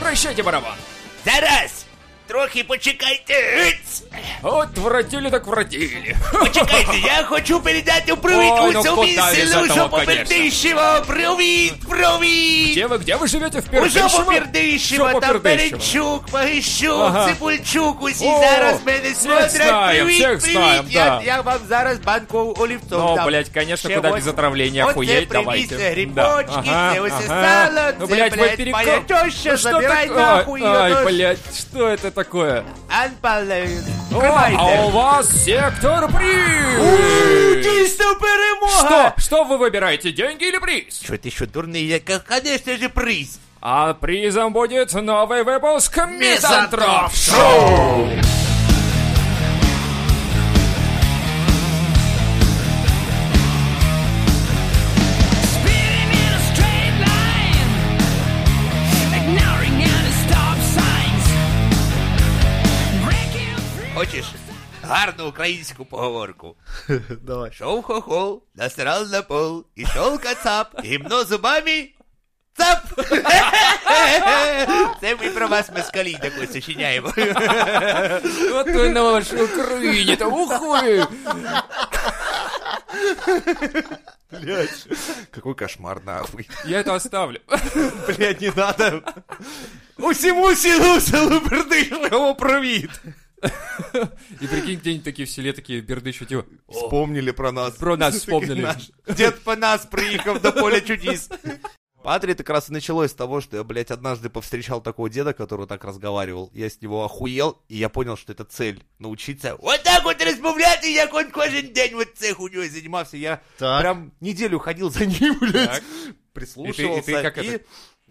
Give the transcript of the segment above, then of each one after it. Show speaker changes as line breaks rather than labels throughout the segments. Включайте барабан.
Зараз! Трохи почекайте. Гиць!
От вратили так вратили.
Почекайте, я хочу передати привіт
Ой, ну
усьому
куда без
селу,
этого,
що
конечно.
попердишево. Привіт, привіт!
Где вы, где вы живете? В
Уже
Пердышево? Всё
попердишево, там
Пердышево.
Перенчук, Погищук,
Ага.
Цибульчук, усі
О,
зараз мене
всіх
смотрять.
знаємо,
Привіт,
всіх
привіт,
знаємо,
я,
да.
я вам зараз банку олівцом
Ну,
дам.
блядь, конечно,
Ще
куда
ось-
без отравления,
ось
охуеть,
це Це
давайте. Да.
грибочки,
Ага,
це ось
ага.
сало,
Ну,
це,
блядь, вы
блядь,
перека-
моя теща,
Ну, что
забирай
такое?
нахуй
Ай,
ее,
блядь, что это такое?
Анпале,
О,
тримайте.
а у вас сектор
Ууу,
приз!
Дійсно перемога!
Что? Что вы выбираете, деньги или приз?
Що ти що дурний? Яка, конечно же, приз.
А призом будет новый выпуск Мизантроп
Мизантроп
Шоу!
Spinning in a straight line, ignoring any stop signs. Breaking free.
Хочеш гарну українську поговорку.
Давай.
Шов хохол, насрал на пол, ішов кацап, гімно зубами. Цап! Це ми про вас москалі таку сочиняємо.
Вот вы наш украинец, ух вы!
Какой кошмар, нахуй.
Я это оставлю.
Блядь, не надо. ну, Усему селу, селу Бердышеву привіт.
И прикинь, где-нибудь такие в селе такие берды еще типа.
Вспомнили про нас.
Про нас
Все-таки
вспомнили.
наш Дед по нас приехал до поля чудес. Патри, это как раз и началось с того, что я, блядь, однажды повстречал такого деда, который так разговаривал. Я с него охуел, и я понял, что это цель. Научиться вот так вот размовлять, и я он кожен день вот цех у него занимался. Я Так. прям неделю ходил за ним, блядь,
Так.
прислушивался.
И ты- и ты как это-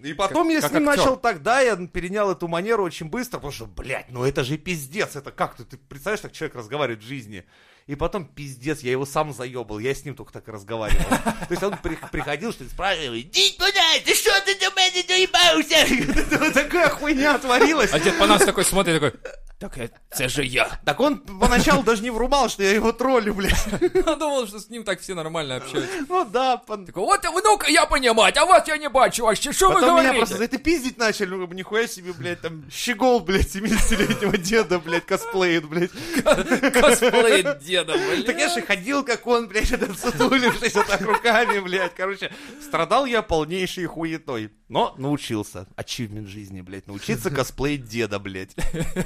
и потом я
как
с ним
актер.
начал Ну, тогда, я перенял эту манеру очень быстро, потому что, блядь, ну это же пиздец, это как ты, ты представляешь, так человек разговаривает в жизни. И потом, пиздец, я его сам заебал, я с ним только так и разговаривал. То есть он при- приходил, что-то спрашивал, иди туда, ты что ты до меня доебался? Вот Такая хуйня творилась.
А дед по нас такой смотрит, такой. Так это це же я.
Так он поначалу даже не врубал, что я его троллю, блядь.
Я думал, что с ним так все нормально общаются.
Ну да, пон-
Такой, вот, ну-ка я понимать, а вас я не бачу вообще, что вы
Потом меня
говорите?
просто за это пиздить начали, ну, нихуя себе, блядь, там, щегол, блядь, 70-летнего деда, блядь, косплеит, блядь.
Косплей деда, блин.
Так я же ходил, как он, блядь, этот сутулившись вот так руками, блядь. Короче, страдал я полнейшей хуетой. Но научился. Ачивмент жизни, блядь. Научиться косплеить деда, блядь.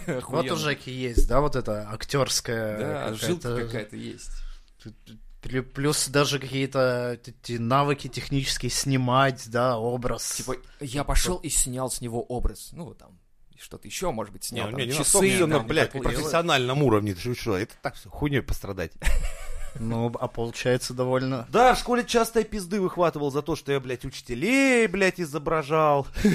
Охуенно.
Вот у Жеки есть, да, вот это актерская
Да, жилка
какая-то-
какая-то есть.
Плю- Плюс даже какие-то т- т- навыки технические снимать, да, образ.
Типа, я пошел и снял с него образ. Ну, там, что-то еще, может быть, снял. там, часы,
на,
там,
блядь,
такое.
профессиональном уровне. Ты что, это так все, хуйней пострадать.
Ну, а получается довольно...
Да, в школе часто я пизды выхватывал за то, что я, блядь, учителей, блядь, изображал.
Ну,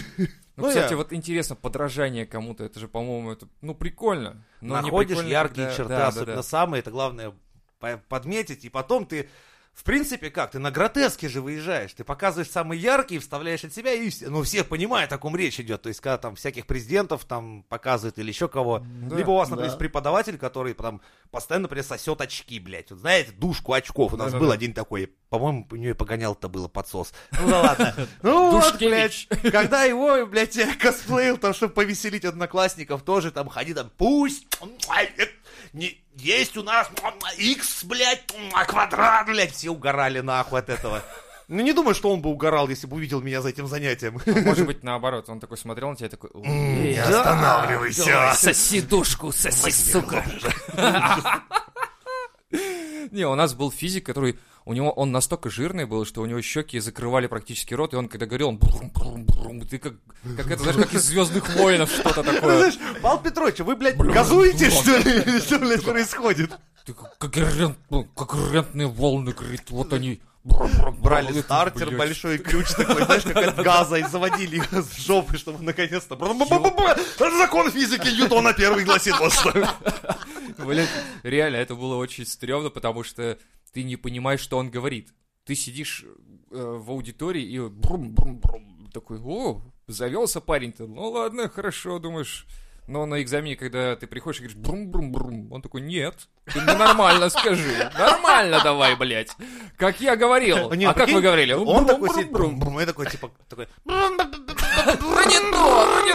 Ну,
кстати,
я-
вот интересно, подражание кому-то, это же, по-моему, это, ну, прикольно. но не
находишь
прикольно,
яркие
когда-
черты,
да, да,
особенно
да.
самые, это главное по- подметить, и потом ты, в принципе, как, ты на гротеске же выезжаешь, ты показываешь самые яркие, вставляешь от себя, и все, ну, все понимают, о ком речь идет, то есть, когда там всяких президентов там показывают или еще кого, либо у вас, например,
да.
есть преподаватель, который там постоянно, например, сосет очки, блядь, вот знаете, душку очков, у нас
Да-да-да.
был один такой, по-моему, у нее погонял-то было подсос, ну да ладно, ну вот,
Душкевич.
блядь, когда его, блядь, я косплеил, там, чтобы повеселить одноклассников, тоже там ходи там, пусть не, есть у нас x, блядь, квадрат, блядь, все угорали нахуй от этого. Ну не думаю, что он бы угорал, если бы увидел меня за этим занятием.
Может быть, наоборот, он такой смотрел на тебя и такой... «Ой,
Не останавливайся.
Соси душку, соси, сука. Не, у нас был физик, который... У него он настолько жирный был, что у него щеки закрывали практически рот, и он, когда говорил, он брум, брум, брум, ты как, как это, знаешь, как из «Звездных воинов» что-то такое.
Ну, Знаешь, Павел Петрович, вы, блядь, газуете, что ли? Или Что, блядь, происходит?
Ты как, как рент- ну, как рентные волны, говорит, вот они... брум, брум, брум,
Брали
это,
стартер,
блядь.
большой ключ такой, знаешь, как от газа, и заводили их с жопы, чтобы наконец-то... Закон физики Ньютона первый гласит вот что.
Блин, реально, это было очень стрёмно, потому что ты не понимаешь, что он говорит. Ты сидишь э, в аудитории и брум-брум-брум, такой, о, завелся парень-то, ну ладно, хорошо, думаешь. Но на экзамене, когда ты приходишь и говоришь брум-брум-брум, он такой, нет, ты мне нормально скажи, нормально давай, блядь, как я говорил.
Не,
А как
прикинь,
вы говорили?
Он такой
«Брум-брум-брум».
сидит, брум-брум, и такой, типа, такой... брум-брум-брум.
Ну не то, ну не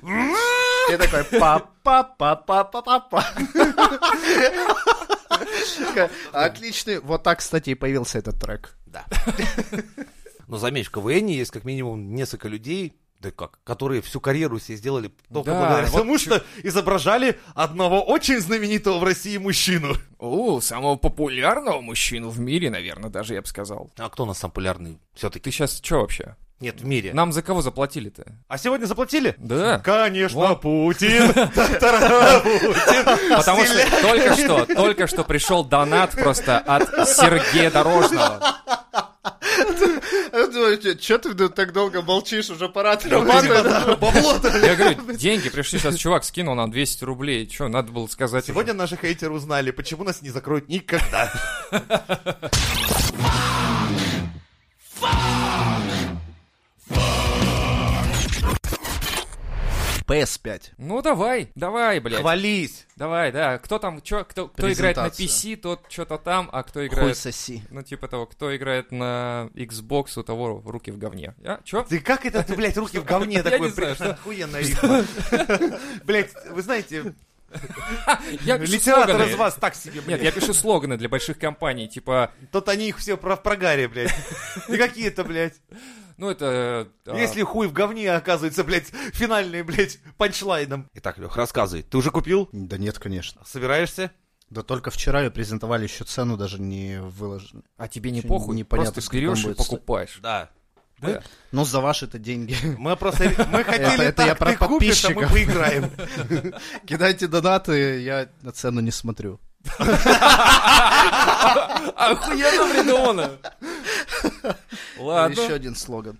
то же.
И такой па па па па па па па Отличный. Вот так, кстати, и появился этот трек.
Да. Но заметь, в КВН есть как минимум несколько людей, да как, которые всю карьеру себе сделали только
Да,
благодаря
вот
тому, что изображали одного очень знаменитого в России мужчину.
У, самого популярного мужчину в мире, наверное, даже я бы сказал.
А кто у нас самый популярный все-таки?
Ты сейчас что вообще?
Нет, в мире.
Нам за кого заплатили-то?
А сегодня заплатили?
Да.
Конечно,
Вот.
Путин. Та-та-ра, Путин.
Потому что только что, только что пришел донат просто от Сергея Дорожного.
Че А ты так долго молчишь? Уже пора
Типа,
Бабло-то.
Я говорю, деньги пришли, сейчас чувак скинул нам 200 рублей. Че, надо было сказать уже.
Сегодня наши хейтеры узнали, почему нас не закроют никогда.
PS5.
Ну давай, давай, блядь.
Хвались.
Давай, да. Кто там, чё, кто, кто играет на
Презентация.
PC, тот что-то там, а кто
Хуй
играет...
соси.
Ну, типа того, кто играет на Xbox, у того руки в говне. А, чё?
Ты как это, ты, блядь, руки в
Я
говне
не
такой,
знаю,
блядь,
что-
охуенная рифма. Блядь, вы знаете,
Я пишу
литератор
слоганы.
из вас так себе,
Нет,
блядь.
я пишу слоганы для больших компаний, типа,
Тут они их все про- в прогаре, блядь. И какие-то, блядь.
ну это... а,
Если хуй в говне оказывается, блядь, финальный, блядь, панчлайном. Итак, Лех, рассказывай. Ты уже купил?
Да нет, конечно.
Собираешься?
Да только вчера ее презентовали, еще цену даже не выложили.
А тебе не
Чё,
похуй,
непонятно,
просто
сколько
берешь
он
и
будет стоить.
покупаешь.
Да.
Ну, за ваши-то деньги.
Мы просто, мы
Это-
хотели
это я
так,
про
ты купишь, а мы
подписчиков.
поиграем.
Кидайте донаты, я на цену не смотрю.
Охуенно придумано.
Еще
Ладно.
один слоган.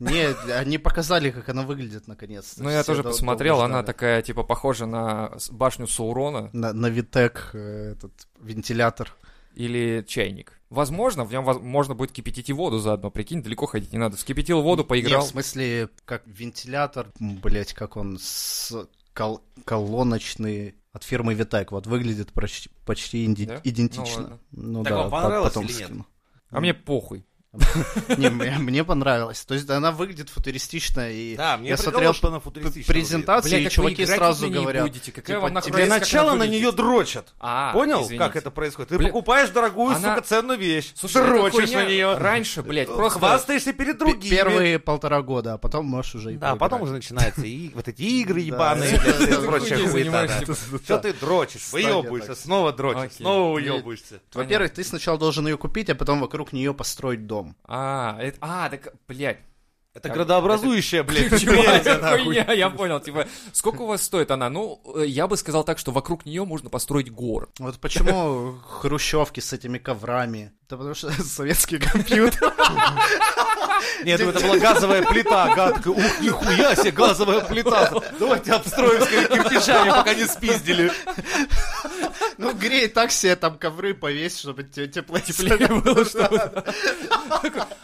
Нет, они показали, как она выглядит наконец-то.
Ну, я
Все
тоже
дол-
посмотрел,
долго
она
ждали.
такая, типа, похожа на с- башню Саурона
На, на Витек э, этот вентилятор.
или чайник. Возможно, в нем можно будет кипятить и воду заодно. Прикинь, далеко ходить не надо. Вскипятил воду,
Не,
поиграл.
в смысле, как вентилятор, блять, как он с кол- колоночный от фирмы Витек. Вот выглядит проч- почти инди-
Да? Ну
идентично.
ладно.
Ну,
Так
да,
вам
по-
понравилось
потом
или нет?
скину.
А мне похуй.
Не, мне, мне понравилось. То есть она выглядит футуристично и
Да, мне
я
смотрел,
смотрел
что она
п-
футуристичная.
презентации,
Бля,
и
как вы
чуваки
играть
сразу
в неё не
говорят.
будете, какая
типа,
вам нахуй
тебе
Для
Блядь, как
начала
она
на
выглядит.
нее дрочат.
А,
Понял,
извините.
как это происходит? Ты
Бля-
покупаешь дорогую,
Она-
сука, ценную вещь.
Слушай, эта
дрочишь
хуйня
на нее.
Раньше, блядь, просто...
Хвастаешься перед
п-
другими.
Первые полтора года, а потом можешь уже и
Да,
поиграть.
потом уже начинаются и вот эти игры
Да,
ебаные,
да,
блядь, и
да,
да,
прочая
да,
хуета.
занимаешься,
да.
да.
Что ты дрочишь,
Стадия
выебываешься,
так.
снова дрочишь,
Окей.
снова уебываешься.
Во-первых, ты сначала должен ее купить, а потом вокруг нее построить дом.
А, это... А, так, блядь.
Это градообразующая, блядь,
Чувак,
хуйня, нахуй.
хуйня, я понял, типа, сколько у вас стоит она? Ну, э, я бы сказал так, что вокруг нее можно построить город.
Вот почему хрущевки с этими коврами? Да потому что советский компьютер.
Нет, ну это была газовая плита, гадка. Ух, нихуя себе, газовая плита. Давайте обстроим скорее кирпичами, пока не спиздили.
Ну, грей так себе там ковры повесь, чтобы тебе тепло
Теплее было, чтобы-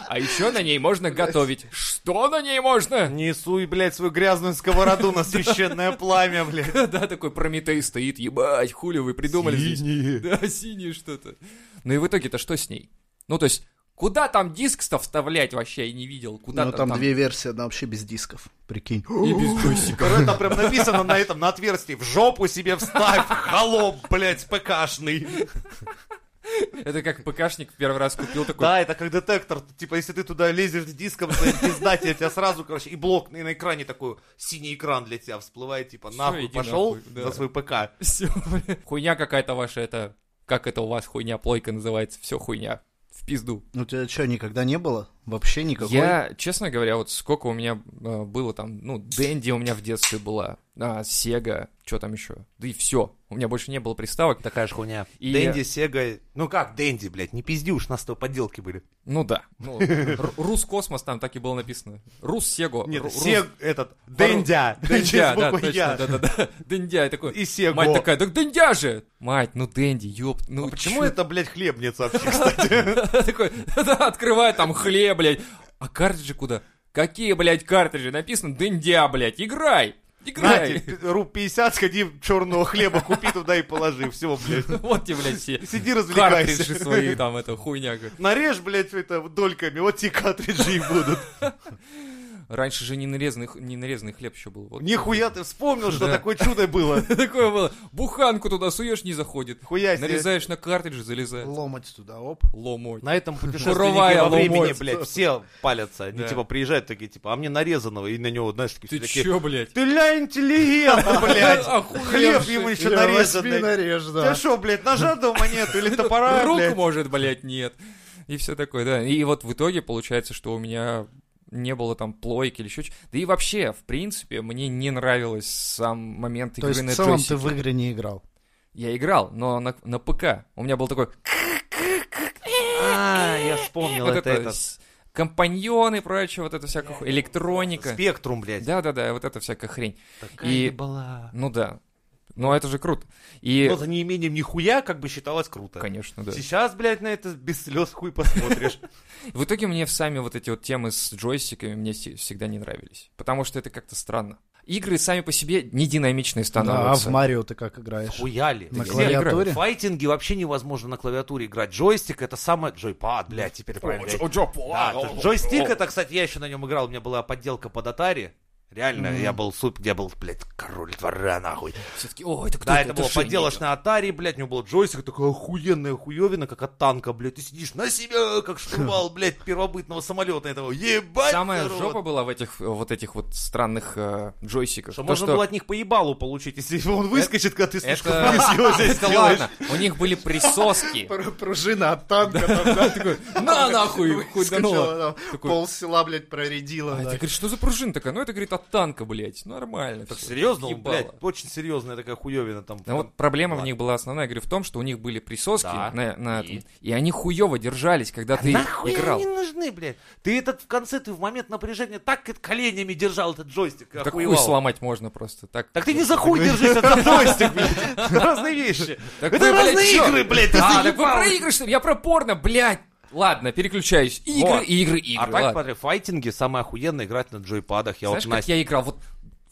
А еще на ней можно готовить. Что на ней можно?
Не суй, блядь, свою грязную сковороду на священное пламя, блядь.
Да, такой Прометей стоит, ебать, хули вы придумали здесь. Да, синее что-то. Ну и в итоге-то что с ней? Ну, то есть, куда там диск-то вставлять вообще, я не видел. Куда
Ну, там две версии, одна вообще без дисков. Прикинь.
И без джойстика.
Короче, там прям написано на этом, на отверстии. В жопу себе вставь, холоп, блядь, пкашный.
Это как ПКшник первый раз купил такой.
Да, это как детектор. Типа, если ты туда лезешь диском, блядь, пизда тебе, тебя сразу, короче, и блок и на экране такой, синий экран для тебя всплывает, типа,
Всё,
нахуй,
иди
пошел
нахуй, да.
на свой ПК.
Всё, бля. Хуйня какая-то ваша, это... Как это у вас хуйня, плойка называется? Все хуйня. В пизду.
У тебя что, никогда не было? Вообще никакой?
Я, честно говоря, вот сколько у меня э, было там, ну, Дэнди у меня в детстве была, а, Сега, что там еще, да и все. У меня больше не было приставок.
Такая же хуйня.
И-
Дэнди, Сега. Ну как, Дэнди, блядь, не пизди уж, у нас с тобой подделки были.
Ну да. Ну, Р- Рускосмос там так и было написано. Рус Сего.
Нет,
Ру-
Сег,
Рус-
этот, Дэндя.
Дендя,
Через
да,
букву
точно,
«Я».
да, да, да. Дендя, я такой.
И Сего.
Мать такая, так Дендя же! Мать, ну Дэнди, ёб, ну
А Почему
чё
это, блядь, хлебница вообще, кстати?
Такой, да, открывает там хлеб, блядь. А картриджи куда? Какие, блядь, картриджи? Написано дындя, блядь. Играй!
Нате,
Играй!
пи- руб 50, типа, сходи черного хлеба купи туда и положи. Все, блядь.
Вот тебе, блядь, все
Сиди
картриджи
развлекайся.
свои, там, это, хуйня. как.
Нарежь, блядь, это дольками, вот тебе картриджи и будут.
Раньше же не нарезанный, х- не нарезанный хлеб еще был. Вот.
Нихуя ты вспомнил, что
Да.
такое чудо было.
Такое было. Буханку туда суешь, не заходит.
Хуя себе.
Нарезаешь на картридж, залезает.
Ломать туда, оп.
Ломой.
На этом путешественники
Буровая
во времени,
ломается.
блядь, все палятся. Они
Да.
типа приезжают такие, типа, а мне нарезанного, и на него, знаешь, такие
Ты
все такие,
чё, блядь?
Ты ля интеллигента, блядь. Хлеб
Охуевший.
ему еще
Я возьми,
нарезанный.
нарежь,
Ты
да.
что, блядь, ножа дома нет или топора,
Рук,
блядь?
может, блядь, нет. И все такое, да. И вот в итоге получается, что у меня не было там плойки или еще чего. Да и вообще, в принципе, мне не нравилось сам момент
То
игры
есть в
на
целом
джойстике.
ты в игры не играл.
Я играл, но на, на ПК. У меня был такой...
А, я вспомнил,
вот
это
это...
это.
с- Компаньон и прочее, вот это всякая
Э,
ху- электроника.
Спектрум, блядь.
Да-да-да, вот эта всякая хрень.
Такая
И-
была.
Ну да. Ну это же круто. И...
Но за неимением нихуя как бы считалось круто.
Конечно, да.
Сейчас, блядь, на это без слез хуй посмотришь.
В итоге мне сами вот эти вот темы с джойстиками мне все- всегда не нравились, потому что это как-то странно. Игры сами по себе не динамичные
Да, а в
становятся.
Марио ты как играешь?
Хуяли.
На
где
клавиатуре?
Файтинги вообще невозможно на клавиатуре играть. Джойстик это самое... Джойпад, блядь, теперь правильно.
О, Джо- Джо-
Да,
о,
это
о,
джойстик
о.
это, кстати, я еще на нем играл. У меня была подделка под Atari. Реально, я был суп, я был, блядь, король двора, нахуй.
Все-таки, о, это кто?
Да, это, было
Шеннига».
подделочь на Atari, блядь, у него был джойстик, такая охуенная хуевина, как от танка, блядь, ты сидишь на себя, как штурвал, блядь, первобытного самолета этого, ебать!
Самая
здорово.
жопа была в этих э, вот этих вот странных э, джойстиках.
Что
То, Э,
можно было от них по ебалу получить, если он выскочит, когда ты слишком
это-
близко его здесь
Это
делаешь.
ладно, у них были присоски.
Пружина от танка там, да, такой,
На нахуй, хуйдануло.
выскочила, там,
Такой-
пол села, блядь,
А
проредила.
это,
да.
говорит, что за пружина такая? Ну, это, говорит, от танка, блядь. Нормально.
Так
всё.
серьезно, он,
Ебало.
блядь, очень серьезная такая хуевина там.
Ну вот проблема в них была основная, я говорю, в том, что у них были присоски
Да.
на, на
И? А
этом, и они хуево держались, когда ты
Нахуй
играл.
они нужны, блядь? Ты этот в конце, ты в момент напряжения так это коленями держал этот джойстик,
Так хуй
охуевал.
сломать можно просто. Так,
Так ты не за хуй держись, это джойстик, блядь. Разные вещи.
Так
это
вы, блядь,
разные
чё?
игры, блядь, ты
А, так вы
заебал.
про игры, что ли? Я про порно, блядь. Ладно, переключаюсь. Игры,
Вот.
игры, игры.
А так,
ладно.
смотри, файтинги самое охуенное играть на джойпадах. Я
Знаешь,
вот
как
Настя-
я играл? Вот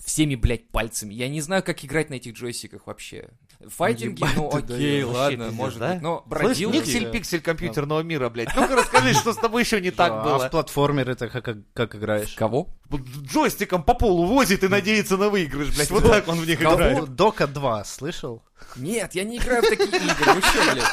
всеми, блядь, пальцами. Я не знаю, как играть на этих джойстиках вообще. Файтинги,
Ебать
ну
ты
окей,
даёшь.
Вообще
ладно,
пиздец,
может
да?
быть. Но
Слышь,
бродил
Никсель
Да.
пиксель компьютерного мира, блядь. Ну-ка расскажи, что с тобой еще не так
А
было.
в платформере ты как, как играешь?
Кого?
Джойстиком по полу возит и надеется на выигрыш, блядь. Вот так он в них играет.
Кого? Дока 2, слышал?
Нет, я не играю в такие игры. Вы что, блядь?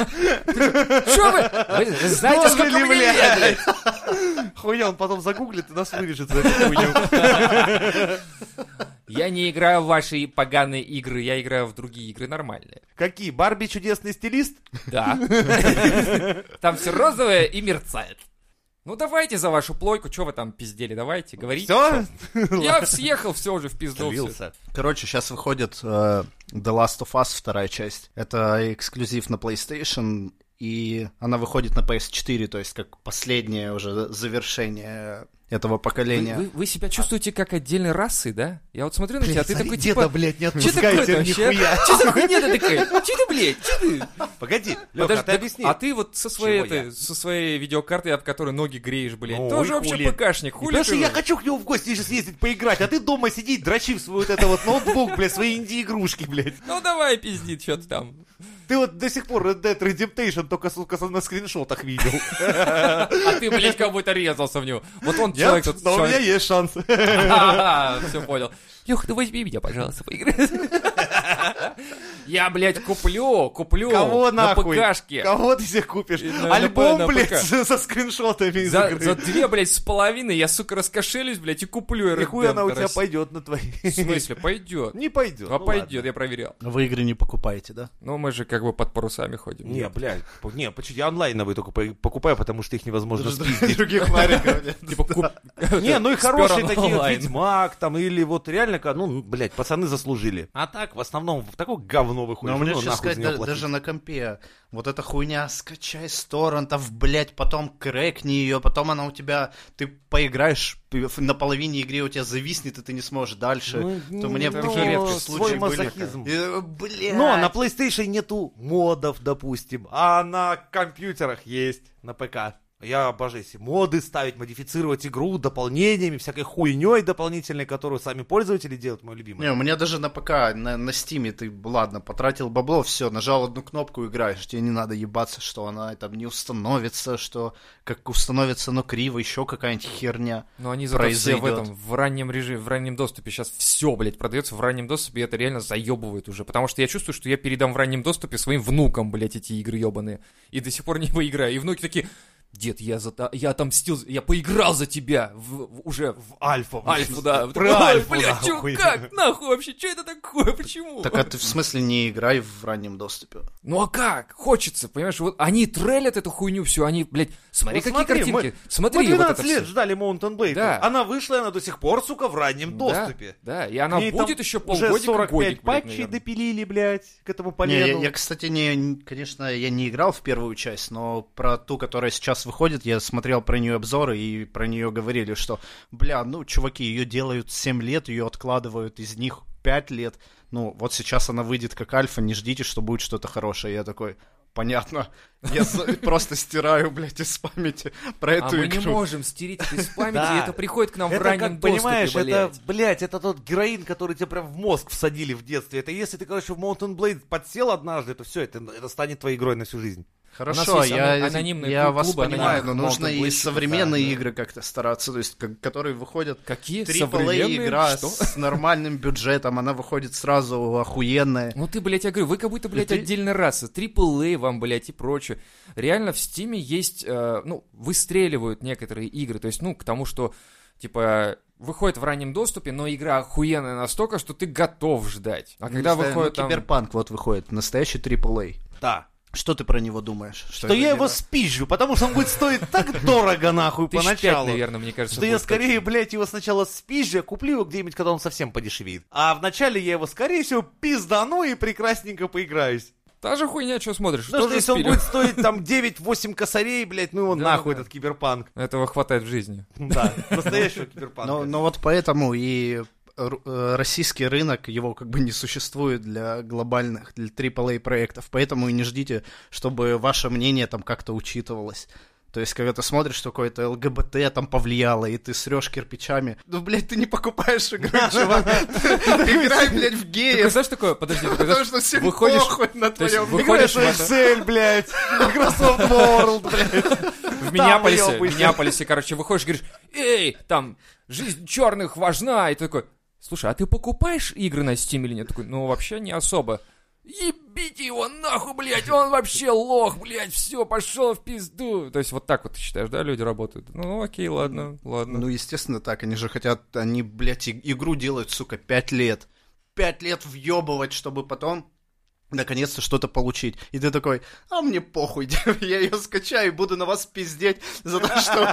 Что вы? Вы знаете,
Дожили,
сколько мне лет,
блядь.
блядь?
Хуя, он потом загуглит и нас вырежет за эту хуйню.
Я не играю в ваши поганые игры, я играю в другие игры нормальные.
Какие? Барби чудесный стилист?
Да. Там все розовое и мерцает. Ну давайте за вашу плойку, что вы там пиздели, давайте, говорите.
Все?
Я съехал, все уже в пизду. всё.
Короче, сейчас выходит э, The Last of Us вторая часть. Это эксклюзив на PlayStation, и она выходит на PS4, то есть как последнее уже завершение этого
Вы,
поколения.
вы- вы себя чувствуете как отдельной расы, да? Я вот смотрю на тебя, ты такой
деда,
типа...
блядь, не
Че ты такой
отпускайте
вообще?
нихуя.
Че за хуйня ты такая? Че ты, блядь? Че ты?
Погоди,
Подожди,
Лёха, ты
так-
объясни.
А ты вот со своей,
Чего я?
этой- со своей видеокартой, от которой ноги греешь, блядь,
Ну,
тоже
и
вообще
хули.
ПКшник.
И
Хули
Потому что
ты,
я
блядь?
хочу к нему в гости еще съездить поиграть, а ты дома сиди, дрочи в свой вот это вот ноутбук, блядь, свои инди-игрушки, блядь.
Ну давай пизди, что ты там.
Ты вот до сих пор Red Dead Redemption только, сука, на скриншотах видел.
А ты, блядь, как будто резался в него. Вот он человек
Нет,
тут...
но у меня есть шанс.
Все понял. Лех, ну возьми меня, пожалуйста, поиграть. Я, блядь, куплю, куплю
Кого
на
нахуй?
ПКшке.
Кого ты себе купишь?
И на- на
Альбом,
ПК.
блядь, со скриншотами из
За,
игры.
за две, блядь, с половиной я, сука, раскошелюсь, блядь, и куплю Red
Нихуя она
Dead
у тебя
Rise.
пойдет на твои.
В смысле, пойдет?
Не Ну пойдет.
А пойдет, я проверял.
Вы игры не покупаете, да?
Ну, мы же как бы под парусами ходим. Типа,
Не, блядь, по- не, почему я онлайновые только по- покупаю, потому что их невозможно спиздить.
Других вариков нет.
Типа, куп...
Не, ну и
Спер
хорошие такие, вот,
онлайн.
Ведьмак, там, или вот реально, ка- ну, блядь, пацаны заслужили. А так, в основном, в такое говно выходит.
Но а мне
ну, нахуй
сейчас
за
сказать,
него
да-
платить.
даже на компе, вот эта хуйня, скачай с торрентов, блядь, потом крэкни ее, потом она у тебя, ты поиграешь, ты в- на половине игры у тебя зависнет, и ты не сможешь дальше.
Ну,
то мне
это
такие
уже
редкие
свой
случаи были.
мазохизм.
Э, Блядь.
Но Ну, на PlayStation нету модов, допустим, а на компьютерах а есть, на ПК. Я обожаю эти моды ставить, модифицировать игру дополнениями, всякой хуйней дополнительной, которую сами пользователи делают, мой любимый.
Не, у меня даже на ПК, на, на Стиме ты, ладно, потратил бабло, все, нажал одну кнопку, играешь, тебе не надо ебаться, что она там не установится, что как установится, но криво, еще какая-нибудь херня.
Но они зато все в
произойдет.
этом, в раннем режиме, в раннем доступе. Сейчас все, блядь, продается в раннем доступе, и это реально заебывает уже. Потому что я чувствую, что я передам в раннем доступе своим внукам, блядь, эти игры ебаные. И до сих пор не поиграю. И внуки такие, дед, я, за... я отомстил, за- я поиграл за тебя в- в- уже в
В Альфа.
Альфу, да.
Про Альфу,
блядь, чё,
нахуй. Ну,
как, нахуй вообще, что это такое, почему?
Так а ты в смысле не играй в раннем доступе?
Ну а как? Хочется, понимаешь, вот они трейлят эту хуйню всю, они, блядь, смотри,
Вот
какие
смотри,
картинки,
мы-
смотри,
Мы
вот
12
это
лет
всё.
ждали Mountain Blade.
Да.
Она вышла, и она до сих пор, сука, в раннем
Да,
доступе.
Да, и она
К ней там
будет еще полгодика,
Уже 45
годик, блядь,
патчей
наверное.
допилили, блядь, к этому
Не, я,
полену.
я, кстати, не, не- конечно, я не играл в первую часть, но про ту, которая сейчас выходит, я смотрел про нее обзоры и про нее говорили, что, бля, ну, чуваки, ее делают 7 лет, ее откладывают из них 5 лет. Ну, вот сейчас она выйдет как альфа, не ждите, что будет что-то хорошее. Я такой, понятно, я за- просто стираю, блядь, из памяти про
А
эту
мы не
игру.
можем стереть это из памяти,
Да.
и это приходит к нам в
Это,
раннем
как, понимаешь,
доступе,
это,
блядь.
блядь, это тот героин, который тебе прям в мозг всадили в детстве. Это если ты, короче, в Mountain Blade подсел однажды, то все, это, это станет твоей игрой на всю жизнь.
У
Хорошо,
нас есть
я,
ана- анонимные
я
клубы,
вас
анонимные
понимаю, но
клубы
нужно и
блогеров,
современные
да, да.
игры как-то стараться, то есть, как- которые выходят
Какие
AAA
современные,
игра
что?
с нормальным бюджетом, она выходит сразу охуенная.
Ну ты, блядь, я говорю, вы как будто, блядь,
ты-
отдельная раса. Трипл А вам, блядь, и прочее. Реально в Стиме есть, э, ну, выстреливают некоторые игры. То есть, ну, к тому, что, типа, выходит в раннем доступе, но игра охуенная настолько, что ты готов ждать. А когда
Ну, не знаю,
выходит
ну,
там...
Киберпанк вот выходит, настоящий AAA.
Да.
Что ты про него думаешь? Что
Что
это
я его
делает?
спизжу, потому что он будет стоить так дорого, нахуй,
Тысяч пять,
поначалу.
наверное, мне кажется.
Что я
будет
скорее, блядь, его сначала спизжу, я куплю его где-нибудь, когда он совсем подешевеет. А вначале я его, скорее всего, пиздану и прекрасненько поиграюсь.
Та же хуйня, что смотришь.
Потому что
тоже
если он
спилю.
будет стоить там 9-8 косарей, блядь, ну его
Да,
нахуй
да.
этот киберпанк.
Этого хватает в жизни.
Да, настоящего киберпанка.
Но, но вот поэтому и ру- э, российский рынок, его как бы не существует для глобальных, для AAA проектов, поэтому и не ждите, чтобы ваше мнение там как-то учитывалось. То есть, когда ты смотришь, что какое-то ЛГБТ там повлияло, и ты срешь кирпичами, ну, блядь, ты не покупаешь игру, чувак. Ты Играй, блядь, в
Ты
геев,
знаешь такое? Подожди, ты
потому
знаешь,
что всем
выходишь-
похуй на
то есть
твоем
выходишь
Играешь
в
в
это-
Excel, блядь, Microsoft World, блядь.
в Миннеаполисе, в
ёбышь.
Миннеаполисе, короче, выходишь и говоришь, эй, там, жизнь черных важна, и ты такой, слушай, а ты покупаешь игры на Steam или нет? Такой, ну, вообще не особо. Ебите его нахуй, блядь, он вообще лох, блядь, все, пошел в пизду. То есть вот так вот ты считаешь, да, люди работают? Ну, окей, ладно, ладно.
Ну, естественно, так. Они же хотят, они, блядь, и- игру делают, сука, пять лет. Пять лет въебывать, чтобы потом наконец-то что-то получить. И ты такой, а мне похуй, я ее скачаю и буду на вас пиздеть за то, что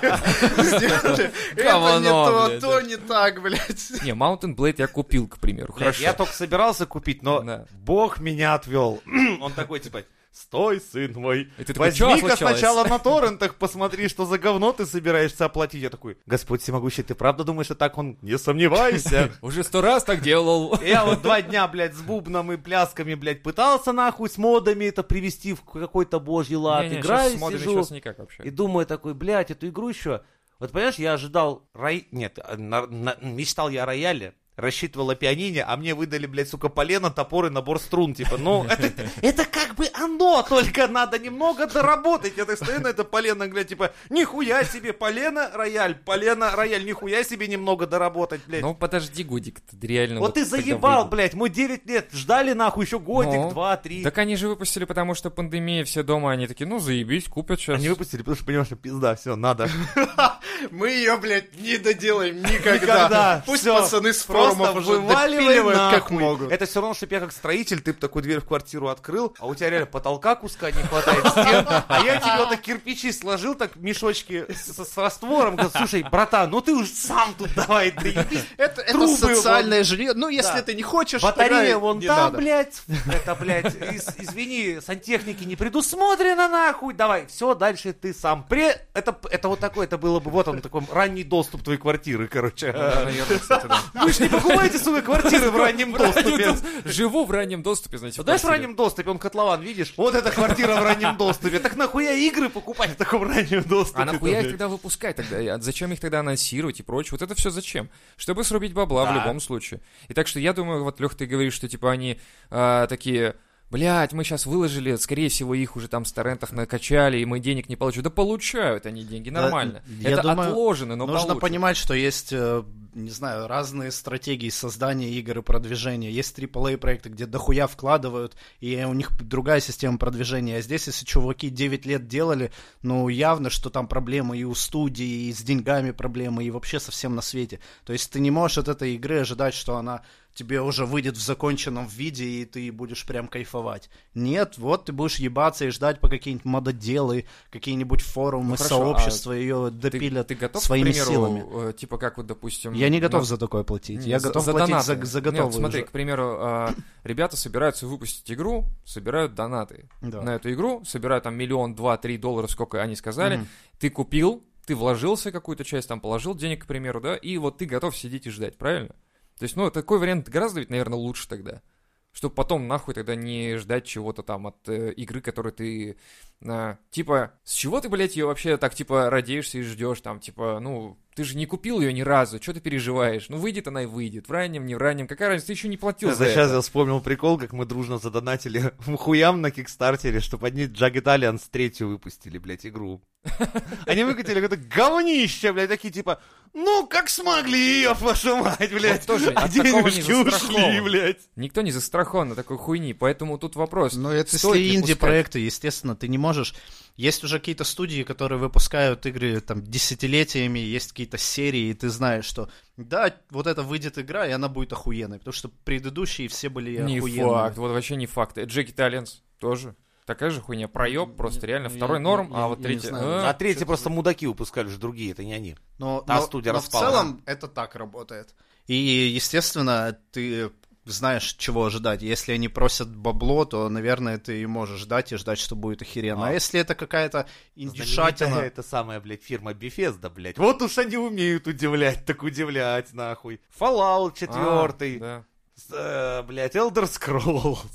вы сделали. Это не
Говно,
то, а
блядь, да.
то не так, блядь.
Не, Mountain Blade я купил, к примеру,
Блядь,
хорошо.
я только собирался купить, но
Да.
бог меня отвел. Он такой, типа, стой, сын мой,
И ты такой, «Чё
возьми-ка
случилось?»
сначала на торрентах, посмотри, что за говно ты собираешься оплатить. Я такой, Господь всемогущий, ты правда думаешь, что так он? Не сомневайся.
Уже сто раз так делал.
Я вот два дня, блядь, с бубном и плясками, блядь, пытался нахуй с модами это привести в какой-то божий лад.
Не-не, щас
Играю,
с модами
сижу.
щас никак вообще. Ну,
И думаю такой, блядь, эту игру еще... Вот понимаешь, я ожидал... Рай... Нет, а, на- на- мечтал я о рояле, рассчитывал о пианине, а мне выдали, блядь, сука, полено, топор и набор струн, типа, ну, это, это как бы оно, только надо немного доработать. Я так стою на это полено, блядь, типа, нихуя себе, полено, рояль, полено, рояль, нихуя себе немного доработать, блядь.
Ну, подожди, Гудик, ты реально...
вот ты
когда
заебал,
выйдет.
блядь, мы 9 лет ждали, нахуй, еще годик,
Ну.
два, три.
Так они же выпустили, потому что пандемия, все дома, они такие, ну, заебись, купят сейчас.
Они выпустили, потому что понимаешь, что пизда, все, надо.
Мы ее, блядь, не доделаем никогда.
Никогда.
Пусть
Всё.
пацаны с форумов
Просто
уже
вываливай
допиливают как
нахуй.
могут.
Это все равно, чтобы я как строитель, ты бы такую дверь в квартиру открыл, а у тебя реально потолка куска не хватает стен, а я тебе вот так кирпичи сложил, так мешочки с, с раствором. Говорю, слушай, братан, ну ты уж сам тут давай, доебись.
Это, это
трубы
социальное жилье. Ну, если
Да.
ты не хочешь,
Батарея
тогда
вон
не
там,
надо.
блядь. Это, блядь, из- извини, сантехники не предусмотрено, нахуй. Давай, все, дальше ты сам. Пре... Это, это вот такое, это было бы, вот он, такой ранний доступ твоей квартиры, короче.
Да, наверное, кстати, да.
Мы А ж не покупайте, сука, квартиры в раннем
В раннем
доступе.
дос- Живу в раннем доступе, значит.
Ну,
Вот Знаешь, в
квартире.
раннем доступе, он котлован, видишь? Вот эта квартира в раннем доступе. Так нахуя игры покупать в таком раннем доступе?
А нахуя их
блядь?
тогда выпускать тогда? И Зачем их тогда анонсировать и прочее? Вот это все зачем? Чтобы срубить бабла в
Да.
любом случае. И так что я думаю, вот, Лех, ты говоришь, что типа они а, такие... Блять, мы сейчас выложили, скорее всего, их уже там с торрентов накачали, и мы денег не получим. Да получают они деньги,
Да,
нормально.
я
это
думаю,
отложено, но
Нужно
получат.
понимать, что есть, э, не знаю, разные стратегии создания игр и продвижения. Есть AAA проекты, где дохуя вкладывают, и у них другая система продвижения. А здесь, если чуваки 9 лет делали, ну, явно, что там проблемы и у студии, и с деньгами проблемы, и вообще совсем на свете. То есть ты не можешь от этой игры ожидать, что она тебе уже выйдет в законченном виде, и ты будешь прям кайфовать. Нет, вот ты будешь ебаться и ждать по какие-нибудь мододелы, какие-нибудь форумы,
хорошо, а
сообщества ее
ты,
допилят
ты готов,
своими
к примеру,
силами.
э, типа как вот, допустим...
Я не готов
на-
за такое платить.
Не,
Я готов
за
платить
донаты.
за, за
Нет,
готовые
смотри,
уже.
к примеру, а, ребята собираются выпустить игру, собирают донаты
Да.
на эту игру, собирают там миллион, два, три доллара, сколько они сказали.
Мгм.
Ты купил, ты вложился какую-то часть, там положил денег, к примеру, да, и вот ты готов сидеть и ждать, правильно? То есть, ну, такой вариант гораздо ведь, наверное, лучше тогда. Чтобы потом нахуй тогда не ждать чего-то там от э, игры, которую ты... э, типа, с чего ты, блядь, ее вообще так, типа, радеешься и ждешь там, типа, ну, ты же не купил ее ни разу, что ты переживаешь? Ну, выйдет она и выйдет, в раннем, не в раннем, какая разница, ты еще не
Ну,
платил за
сейчас
это.
я вспомнил прикол, как мы дружно задонатили хуям на Кикстартере, чтобы они Джаг Италианс третью выпустили, блядь, игру. Они выкатили какое-то говнище, блядь, такие типа, ну, как смогли, ёб вашу мать, блядь.
тоже
а
от такого не
денежки ушли,
застрахован.
блядь.
Никто не застрахован на такой хуйни, поэтому тут вопрос.
Но Ну, это
стоит ли
если
Ну, пускать?
инди-проекты, естественно, ты не можешь. Есть уже какие-то студии, которые выпускают игры там десятилетиями, есть какие-то серии, и ты знаешь, что да, вот это выйдет игра, и она будет охуенной, потому что предыдущие все были
Не
охуенные.
факт, вот вообще не факт. Э, Джеки Таллинс тоже. Такая же хуйня, проеб просто
Не-
реально.
я-
Второй
я-
норм,
я-
а вот
я не
третий...
знаю.
э,
А третьи просто мудаки выпускали же другие, это не они.
Но,
Та
но-
студия
но в
распалась.
целом это так работает. И, естественно, ты знаешь, чего ожидать. Если они просят бабло, то, наверное, ты и можешь ждать и ждать, что будет охеренно. А,
А.
если это какая-то индюшатина...
Знаменитая эта самая, блядь, фирма Bethesda, блядь. Вот уж они умеют удивлять, так удивлять, нахуй. Fallout 4,
а, да.
с, э, блядь, Elder Scrolls.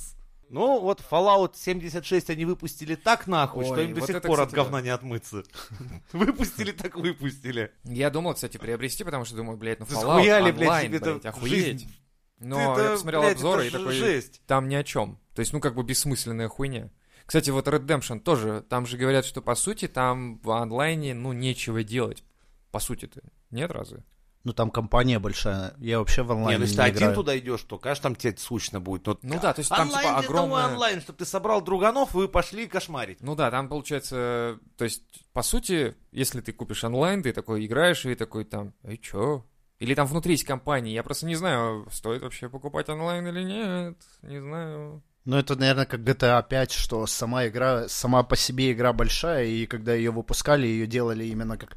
Ну, вот Fallout 76 они выпустили так нахуй,
Ой,
что им до
вот
сих
это,
пор от
кстати, да.
говна не отмыться. Выпустили так выпустили.
Я думал, кстати, приобрести, потому что думаю, блядь, ну
Да
Fallout
схуяли, блядь,
онлайн,
тебе
блядь,
это
охуеть.
жизнь.
Но
Ты
я
это,
посмотрел
блядь,
обзоры
это
и
ж
такой,
жесть.
там ни о чем. То есть, ну, как бы бессмысленная хуйня. Кстати, вот Red Redemption тоже, там же говорят, что, по сути, там в онлайне, ну, нечего делать. По сути-то. Нет разве?
Ну, там компания большая. Я вообще в
Не,
онлайн
ну
не,
если ты один
играю.
туда идешь, то, конечно, там тебе скучно будет. но-
Ну да, то есть там,
Онлайн
типа,
для того
огромная...
онлайн, чтобы ты собрал друганов, и вы пошли кошмарить.
Ну да, там получается, то есть, по сути, если ты купишь онлайн, ты такой играешь и такой там, и чё? Или там внутри есть компании, я просто не знаю, стоит вообще покупать онлайн или нет, не знаю.
Ну, это, наверное, как GTA 5, что сама игра, сама по себе игра большая, и когда ее выпускали, ее делали именно как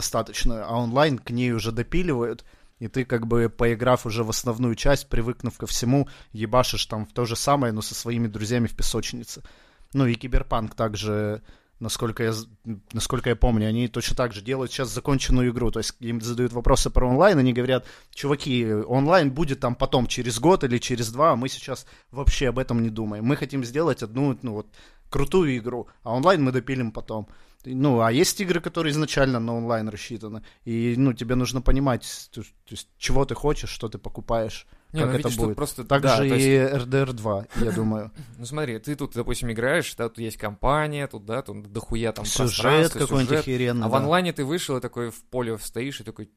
самодостаточную, а онлайн к ней уже допиливают, и ты, как бы, поиграв уже в основную часть, привыкнув ко всему, ебашишь там в то же самое, но со своими друзьями в песочнице. Ну, и Киберпанк также, насколько я, з- насколько я помню, они точно так же делают сейчас законченную игру, то есть им задают вопросы про онлайн, они говорят, чуваки, онлайн будет там потом, через год или через два, а мы сейчас вообще об этом не думаем. Мы хотим сделать одну, ну вот, крутую игру, а онлайн мы допилим потом. И, Ну, а есть игры, которые изначально на онлайн рассчитаны, и, ну, тебе нужно понимать, то, то есть, чего ты хочешь, что ты покупаешь,
Не,
как
ну,
это
видишь, тут
будет.
просто-
так
да,
же
то есть-
и RDR 2, я думаю.
Ну смотри, ты тут, допустим, играешь, да, тут есть компания, тут, да, тут дохуя там
Сюжет
пространство,
какой-нибудь
сюжет.
охеренный.
А в
да.
онлайне ты вышел и такой в поле стоишь и такой,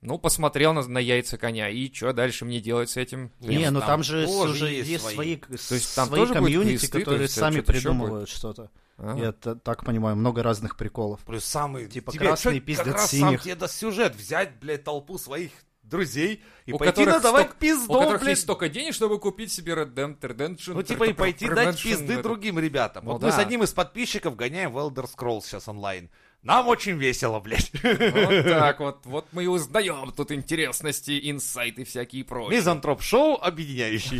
ну, посмотрел на, на яйца коня, и что дальше мне делать с этим?
Не, ну там же
тоже
уже
есть
есть
свои.
свои
есть там
свои
тоже будут
комьюнити,
квесты, то
которые
есть, а
сами
что-то ещё будет?
придумывают что-то.
А?
Я т- так понимаю, много разных приколов.
Плюс самый...
Типа
тебе
красные
чё,
пиздят
как раз
синих.
сам тебе даст сюжет. Взять, блядь, толпу своих друзей и
У
пойти
которых
надавать
столько-
пизду,
У которых
блядь.
есть столько денег, чтобы купить себе Red Dead Redemption.
Ну, типа, и пойти дать
Redemption,
пизды
это-
другим ребятам.
Ну
вот мы с
да.
одним из подписчиков гоняем в Elder Scrolls сейчас онлайн. Нам очень весело, блядь.
Вот так вот. Вот мы и узнаем тут интересности, инсайты всякие и прочее.
Мизантроп-шоу объединяющий.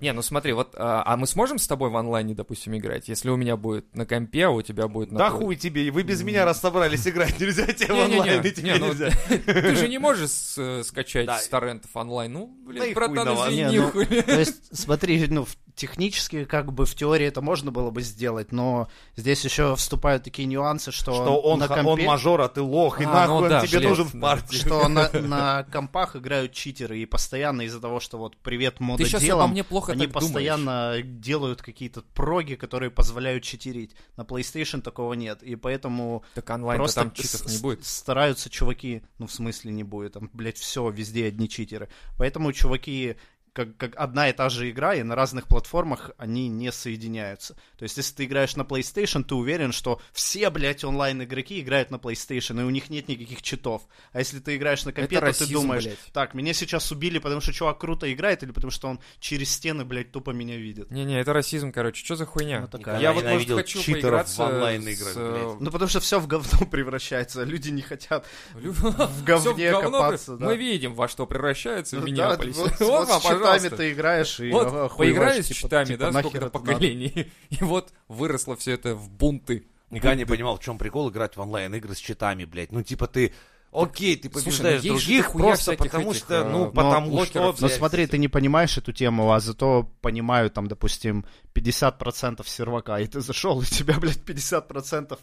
Не, ну смотри, вот, а а мы сможем с тобой в онлайне, допустим, играть? Если у меня будет на компе, а у тебя будет на...
Да
твой-
хуй тебе, вы без меня раз собрались играть, нельзя тебе в
Не-не-не,
онлайн, и тебе
не, ну,
нельзя.
Ты же не можешь э, скачать
Да.
с торрентов онлайн. Ну, блин,
Да и хуй
братан,
на вас.
извини,
Не, ну,
хуй.
То есть, смотри, ну, в- технически, как бы в теории это можно было бы сделать, но здесь еще вступают такие нюансы, что,
Что он
на
ха- он
компе-
мажор, а ты лох, и
А,
нахуй
ну да,
он тебе
жлец,
нужен в
да.
партии.
что на, на компах играют читеры, и постоянно из-за того, что вот привет
ну,
мода
Ты сейчас
делом,
обо мне плохо
они
так думаешь.
постоянно делают какие-то проги, которые позволяют читерить. На PlayStation такого нет, и поэтому
Так онлайн
просто
там читов не
с-
будет.
стараются чуваки, ну в смысле не будет, там, блядь, все, везде одни читеры. Поэтому чуваки, как, как одна и та же игра, и на разных платформах они не соединяются. То есть, если ты играешь на PlayStation, ты уверен, что все, блядь, онлайн-игроки играют на PlayStation, и у них нет никаких читов. А если ты играешь на компе,
Это
то ты
расизм,
думаешь,
блядь.
так, меня сейчас убили, потому что чувак круто играет, или потому что он через стены, блядь, тупо меня видит.
Не-не, это расизм, короче. Что за хуйня?
Вот такая.
Я
Я
вот, может,
ненавидел
хочу
читеров в
поиграться с,
онлайн-играх,
э,
Ну, потому что все в говно превращается, люди не хотят
Лю-
в
Всё в
говне
говно,
копаться.
блин.
да.
Мы видим, во что превращается
Ну
в
да,
Миннеаполисе. Вот
вот- вот
вам,
с читами
пожалуйста.
ты играешь и
Вот
охуеваешь,
поиграли с
типа-
читами,
типа,
да,
нахер
сколько-то
это надо?
поколений. И вот выросло все это в бунты.
Никогда не понимал, в чем прикол играть в онлайн-игры с читами, блядь. Ну, типа ты... Окей, ты
Слушай,
побеждаешь
ну есть же
других
дохуя
просто
всяких
потому
этих,
что,
э,
ну,
но
потому что...
блокеров,
Но
блядь.
смотри, ты не понимаешь эту тему, а зато понимаю, там, допустим, 50% сервака, и ты зашел, и тебя, блядь, 50%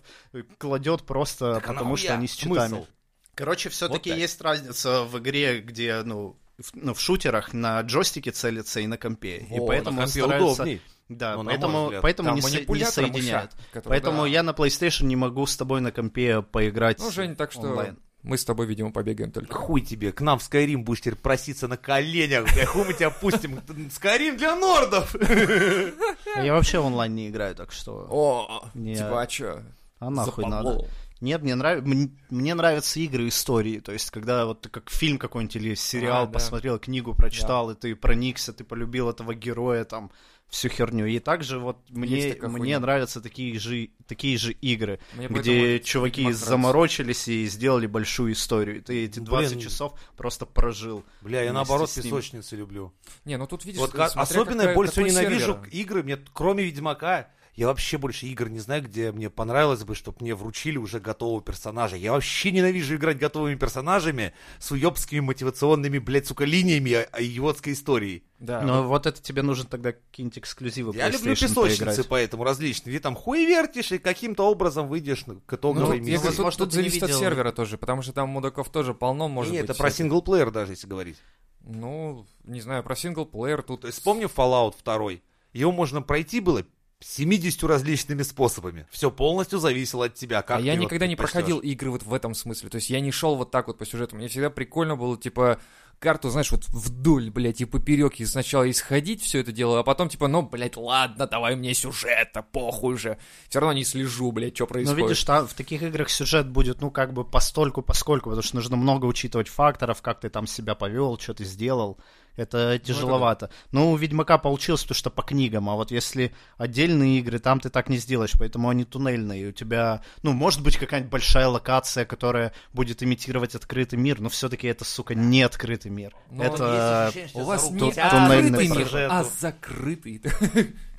кладет просто
Так а
потому, что
нахуя?
они с читами.
Смысл?
Короче, все-таки
Вот так.
есть разница в игре, где, ну, в, ну, в шутерах на джойстике целится и на компе. и
Во,
поэтому
на
он
компе
старается-
удобней.
Да,
Ну, на мой
поэтому,
взгляд.
поэтому
Там
не, со- не
манипулятор мышат,
соединяют.
который-
Поэтому
Да.
я на PlayStation не могу с тобой на компе поиграть.
Ну, Жень, так что
онлайн.
мы с тобой, видимо, побегаем только.
Хуй тебе, к нам в Skyrim будешь теперь проситься на коленях, бля, хуй мы тебя пустим. Skyrim для нордов!
А Я вообще в онлайн не играю, так что.
О,
Не,
типа, а чё?
А нахуй надо.
Западло.
Нет, мне, нрав... мн- мне нравятся игры истории. То есть, когда вот ты как фильм какой-нибудь или сериал
А, да.
посмотрел, книгу прочитал, и ты проникся, ты полюбил этого героя, там, всю херню. И также вот мне,
такая
мне
хуйня.
нравятся такие же, такие же игры,
Мне
где
поэтому
чуваки
Ведьмак нравится.
заморочились и сделали большую историю. И Ты эти 20
Блин.
часов просто прожил.
Бля, я
Вместе
наоборот
с ним.
песочницы люблю.
Не, ну тут видишь,
Вот ка-
а-
смотря
особенно
какая-
я больше
какой
ненавижу
сервер.
к- игры, мне т- кроме Ведьмака, я вообще больше игр не знаю, где мне понравилось бы, чтобы мне вручили уже готового персонажа. Я вообще ненавижу играть готовыми персонажами с уебскими мотивационными, блядь, сука, линиями а- а идиотской историей.
Да,
Но вот это тебе нужен тогда какие-нибудь эксклюзивы
Я люблю
PlayStation
песочницы,
поиграть.
поэтому различные. И там хуй вертишь, и каким-то образом выйдешь на- к
Ну,
итоговой
вот,
миссии.
я говорю, тут,
Возможно,
тут
ты не
зависит от
видел.
сервера тоже, потому что там мудаков тоже полно, может
Не,
быть.
это про
всяких.
синглплеер даже, если говорить.
Ну, не знаю, про синглплеер тут...
То есть вспомню Fallout 2. Его можно пройти было 70 различными способами. Все полностью зависело от тебя. Как
а
ты
я
его
никогда не
предпочтёшь.
проходил игры вот в этом смысле. То есть я не шел вот так вот по сюжету. Мне всегда прикольно было, типа, карту, знаешь, вот вдоль, блядь, и поперек, и сначала исходить все это дело, а потом, типа, ну, блядь, ладно, давай мне сюжета, похуй же. Все равно не слежу, блядь, что
Но
происходит.
Ну, видишь, там в таких играх сюжет будет, ну, как бы постольку, поскольку, потому что нужно много учитывать факторов, как ты там себя повел, что ты сделал. Это тяжеловато. Ну, у Ведьмака получилось, потому что по книгам, а вот если отдельные игры, там ты так не сделаешь, поэтому они туннельные. и У тебя, ну, может быть, какая-нибудь большая локация, которая будет имитировать открытый мир, но все-таки это, сука, не открытый мир.
Ну,
это...
У вас
ту-
не
туннельный
открытый мир,
сюжету.
а закрытый.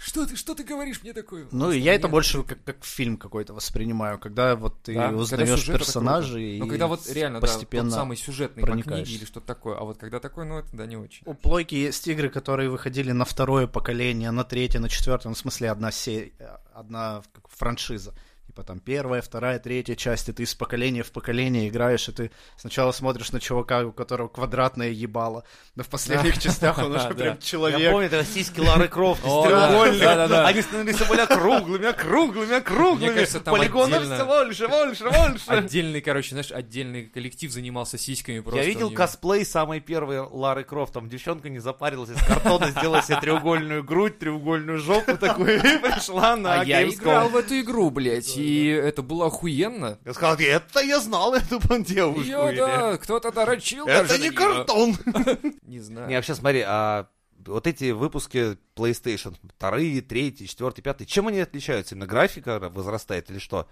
Что ты, что ты говоришь мне такое?
Ну, я это больше как, как фильм какой-то воспринимаю, когда вот ты
Да, когда
узнаешь
сюжет, это
персонажей
круто.
и
Ну, когда вот реально,
постепенно
да, тот самый сюжетный по книге
проникаешься.
или что-то такое. А вот когда такой, ну, это, да, не очень.
У Плойки есть игры, которые выходили на второе поколение, на третье, на четвертое, ну, в смысле одна серия, одна как франшиза. Типа там первая, вторая, третья часть, и ты из поколения в поколение играешь, и ты сначала смотришь на чувака, у которого квадратное ебало, но в последних частях он уже
Да.
прям
Я помню,
человек.
это сиськи Лары Крофт из
О, да.
треугольника.
Да-да-да.
Они становились более круглыми, круглыми, круглыми.
Мне кажется, там
Полигонов
отдельно-
все больше, больше, больше.
Отдельный, короче, знаешь, отдельный коллектив занимался сиськами просто.
Я
у
видел
него.
косплей самой первой Лары Крофт. Там девчонка не запарилась из картона, сделала себе треугольную грудь, треугольную жопу такую и пришла на
А я играл
Gamescom.
в эту игру, блядь, и это было охуенно.
Я сказал, это я знал эту бан- девушку.
Её,
или-
да, Ну, кто-то дорочил даже
Это
на
не
неё.
картон.
Не знаю.
Не, вообще смотри, а вот эти выпуски PlayStation, вторые, третий, четвертый, пятый, чем они отличаются? Именно графика возрастает или что?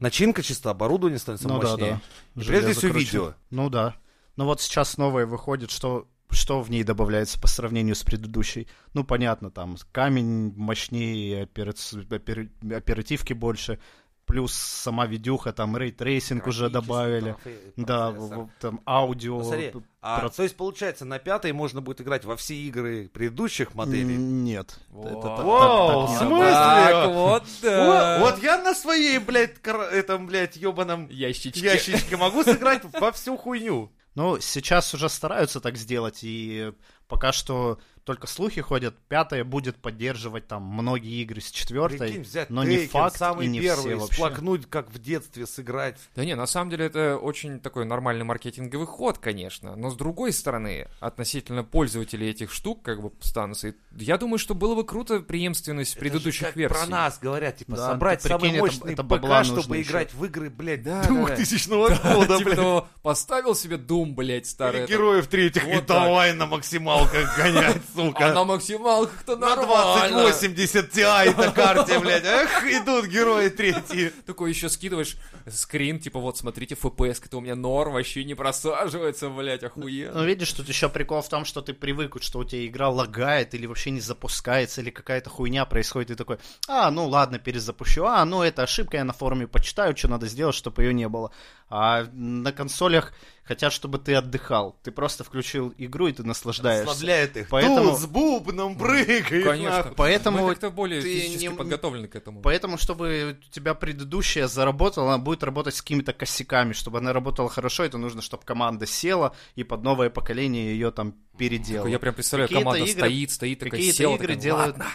Начинка чисто, оборудование становится
Ну да,
мощнее.
да.
И
Железо
прежде всего
круче.
видео.
Ну да. Но вот сейчас новое выходит, что что в ней добавляется по сравнению с предыдущей? Ну, понятно, там камень мощнее, опера- опер- оперативки больше, плюс сама видюха, там рейтрейсинг уже добавили. Да, в- в- там э, аудио.
Ну, смотри,
п-
а,
проц-
То есть, получается, на пятой можно будет играть во все игры предыдущих моделей.
М, Нет.
Во.
Это та- та-
Вау,
так не
в
работает.
смысле?
А, Так, вот да.
О, Э, вот я на своей, блядь, кар- этом, блядь, ебаном
Ящички.
ящичке могу сыграть во всю хуйню.
Ну, сейчас уже стараются так сделать, и пока что только слухи ходят. Пятая будет поддерживать там многие игры с
Прикинь,
четвертой,
взять
но не
Тейкен,
факт
самый
и не
первый,
все вообще.
сплакнуть, как в детстве сыграть.
Да не, на самом деле это очень такой нормальный маркетинговый ход, конечно. Но с другой стороны, относительно пользователей этих штук, как бы станций, я думаю, что было бы круто преемственность предыдущих
как
версий.
Про нас говорят, типа,
Да,
собрать
ты
самый
прикинь, это-
мощный
это
ПК,
бабла нужно
чтобы
еще.
играть в игры, блядь,
Да, да, да.
2000-го года,
Типа
блядь.
того, поставил себе дум, блядь,
Или
старый. этот,
героев третьих,
Вот
и
так.
давай на максималках гонять, сука.
А на максималках-то
На
нормально.
2080 Ti на карте, блядь. Эх, идут герои третьи.
Такой еще скидываешь скрин, типа, вот, смотрите, FPS, это у меня норм, вообще не просаживается, блядь, охуенно.
Ну, видишь, тут еще прикол в том, что ты привык, что у тебя игра лагает или вообще не запускается, или какая-то хуйня происходит, и ты такой, а, ну ладно, перезапущу, а, ну это ошибка, я на форуме почитаю, что надо сделать, чтобы ее не было. А на консолях хотят, чтобы ты отдыхал. Ты просто включил игру, и ты наслаждаешься.
Расслабляет их.
Поэтому-
Тут с бубном прыгает.
Конечно.
нахуй.
Поэтому
Мы как-то более
ты
физически
не-
подготовлены к этому.
Поэтому, чтобы у тебя предыдущая заработала, она будет работать с какими-то косяками. Чтобы она работала хорошо, это нужно, чтобы команда села и под новое поколение ее там переделала.
Я прям представляю,
Какие-то
команда
игры-
стоит, стоит, такая
какие-то
села,
игры
такая,
делают-
ладно,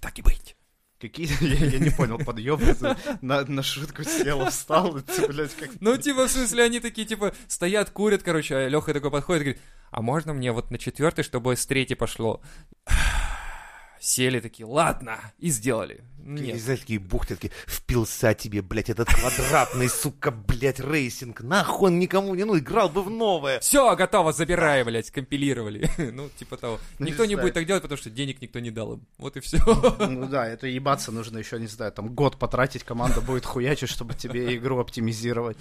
так и быть.
Какие? Я, я не понял, подъем на, на шутку села, встал, и ты, блядь, как...
Ну, типа, в смысле, они такие, типа, стоят, курят, короче, а Леха такой подходит и говорит, а можно мне вот на четвертый, чтобы с третьей пошло? Сели такие, ладно, и сделали.
И,
Нет.
знаешь, такие бухты, такие, впился тебе, блядь, этот квадратный, сука, блядь, рейсинг. Нахуй он никому не, ну, играл бы в новое.
Все, готово, забирай, блядь, компилировали. Ну, типа того.
Ну,
Никто не
представь.
будет так делать, потому что денег никто не дал им. Вот и все.
Ну да, это ебаться нужно еще, не знаю, там год потратить, команда будет хуячить, чтобы тебе игру оптимизировать.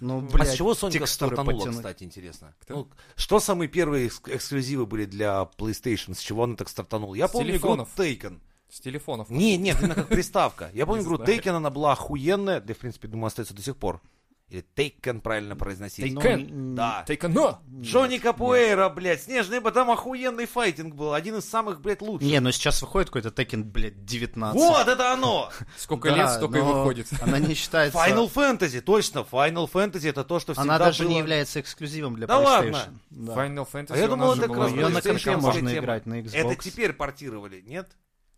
Ну, блядь,
а с чего Сонька
текстуры
стартанула,
потянуть.
кстати, интересно? Ну, что самые первые экск- эксклюзивы были для PlayStation? С чего она так стартанула? Я
С
помню
телефонов.
игру Taken.
С телефонов.
Не, нет, именно как приставка. Я помню
Не
игру
знаю.
Taken, она была охуенная, да, и, в принципе, думаю, остается до сих пор. Или Taken правильно произносить.
Ну,
Кен.
м,
Да.
Take a no.
Джонни Капуэйра, блядь, снежный, бо- там охуенный файтинг был, один из самых, блядь, лучших.
Не, ну сейчас выходит какой-то Tekken, блядь, 19.
Вот это оно!
Сколько
Да,
лет, столько и
но
выходит.
Она не считается...
Final Fantasy, точно, Final Fantasy это то, что всегда
Она даже не
было.
является эксклюзивом для
Да
PlayStation.
ладно.
Да.
Final Fantasy
А я
у
думал,
нас же
это
была
как раз
Ее на
PlayStation.
компе
PlayStation
можно
тема.
играть, на Xbox.
Это теперь портировали, нет?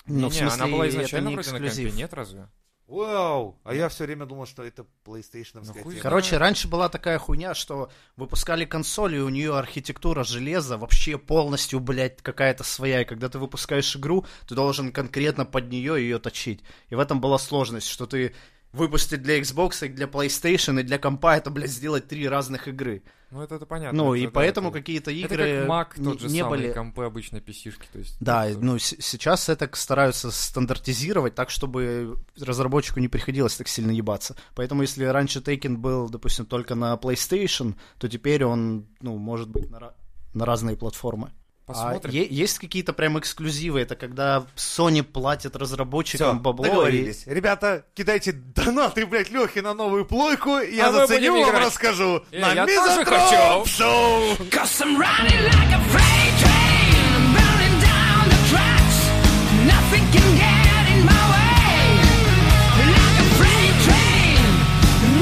Ну, в
Не, она
смысле,
была
это
изначально
не
вроде на
эксклюзив.
компе, нет разве?
Вау! А я все время думал, что это PlayStation.
Ну, хуй знает.
Короче, раньше была такая хуйня, что выпускали консоли, и у нее архитектура железа вообще полностью, блядь, какая-то своя. И когда ты выпускаешь игру, ты должен конкретно под нее ее точить. И в этом была сложность, что ты выпустить для Xbox, и для PlayStation, и для компа это, блядь, сделать три разных игры.
Ну, это, это понятно.
Ну,
это
и
да,
поэтому
это-
какие-то
Это
игры
как Мак,
не-
тот же
не
самый,
были...
компы обычно писишки, то есть...
Да,
это-
ну с- сейчас это к- стараются стандартизировать так, чтобы разработчику не приходилось так сильно ебаться. Поэтому если раньше Taken был, допустим, только на PlayStation, то теперь он, ну, может быть на, ра- на разные платформы. А
Посмотрим.
е- есть какие-то прям эксклюзивы, это когда Sony платит разработчикам
Всё,
бабло. и-
договорились. Ребята, кидайте донаты, блять, Лехе на новую плойку, и я
А мы
заценю,
будем
вам
играть.
расскажу.
Э,
на
я тоже
Мизантроп
хочу.
Шоу!
Cause I'm running like a freight train, burning down the tracks. Nothing can get in my way. Like a freight train,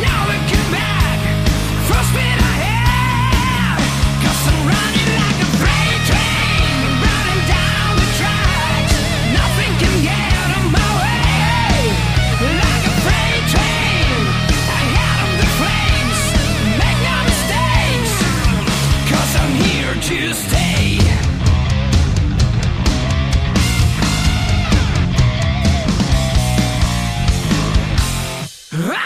now we come back. Full speed ahead. Cause I'm running like a freight train, burning down the tracks. Nothing can get in my way. Like a freight train, ahead of the flames. Make no mistakes. Cause I'm here to stay. I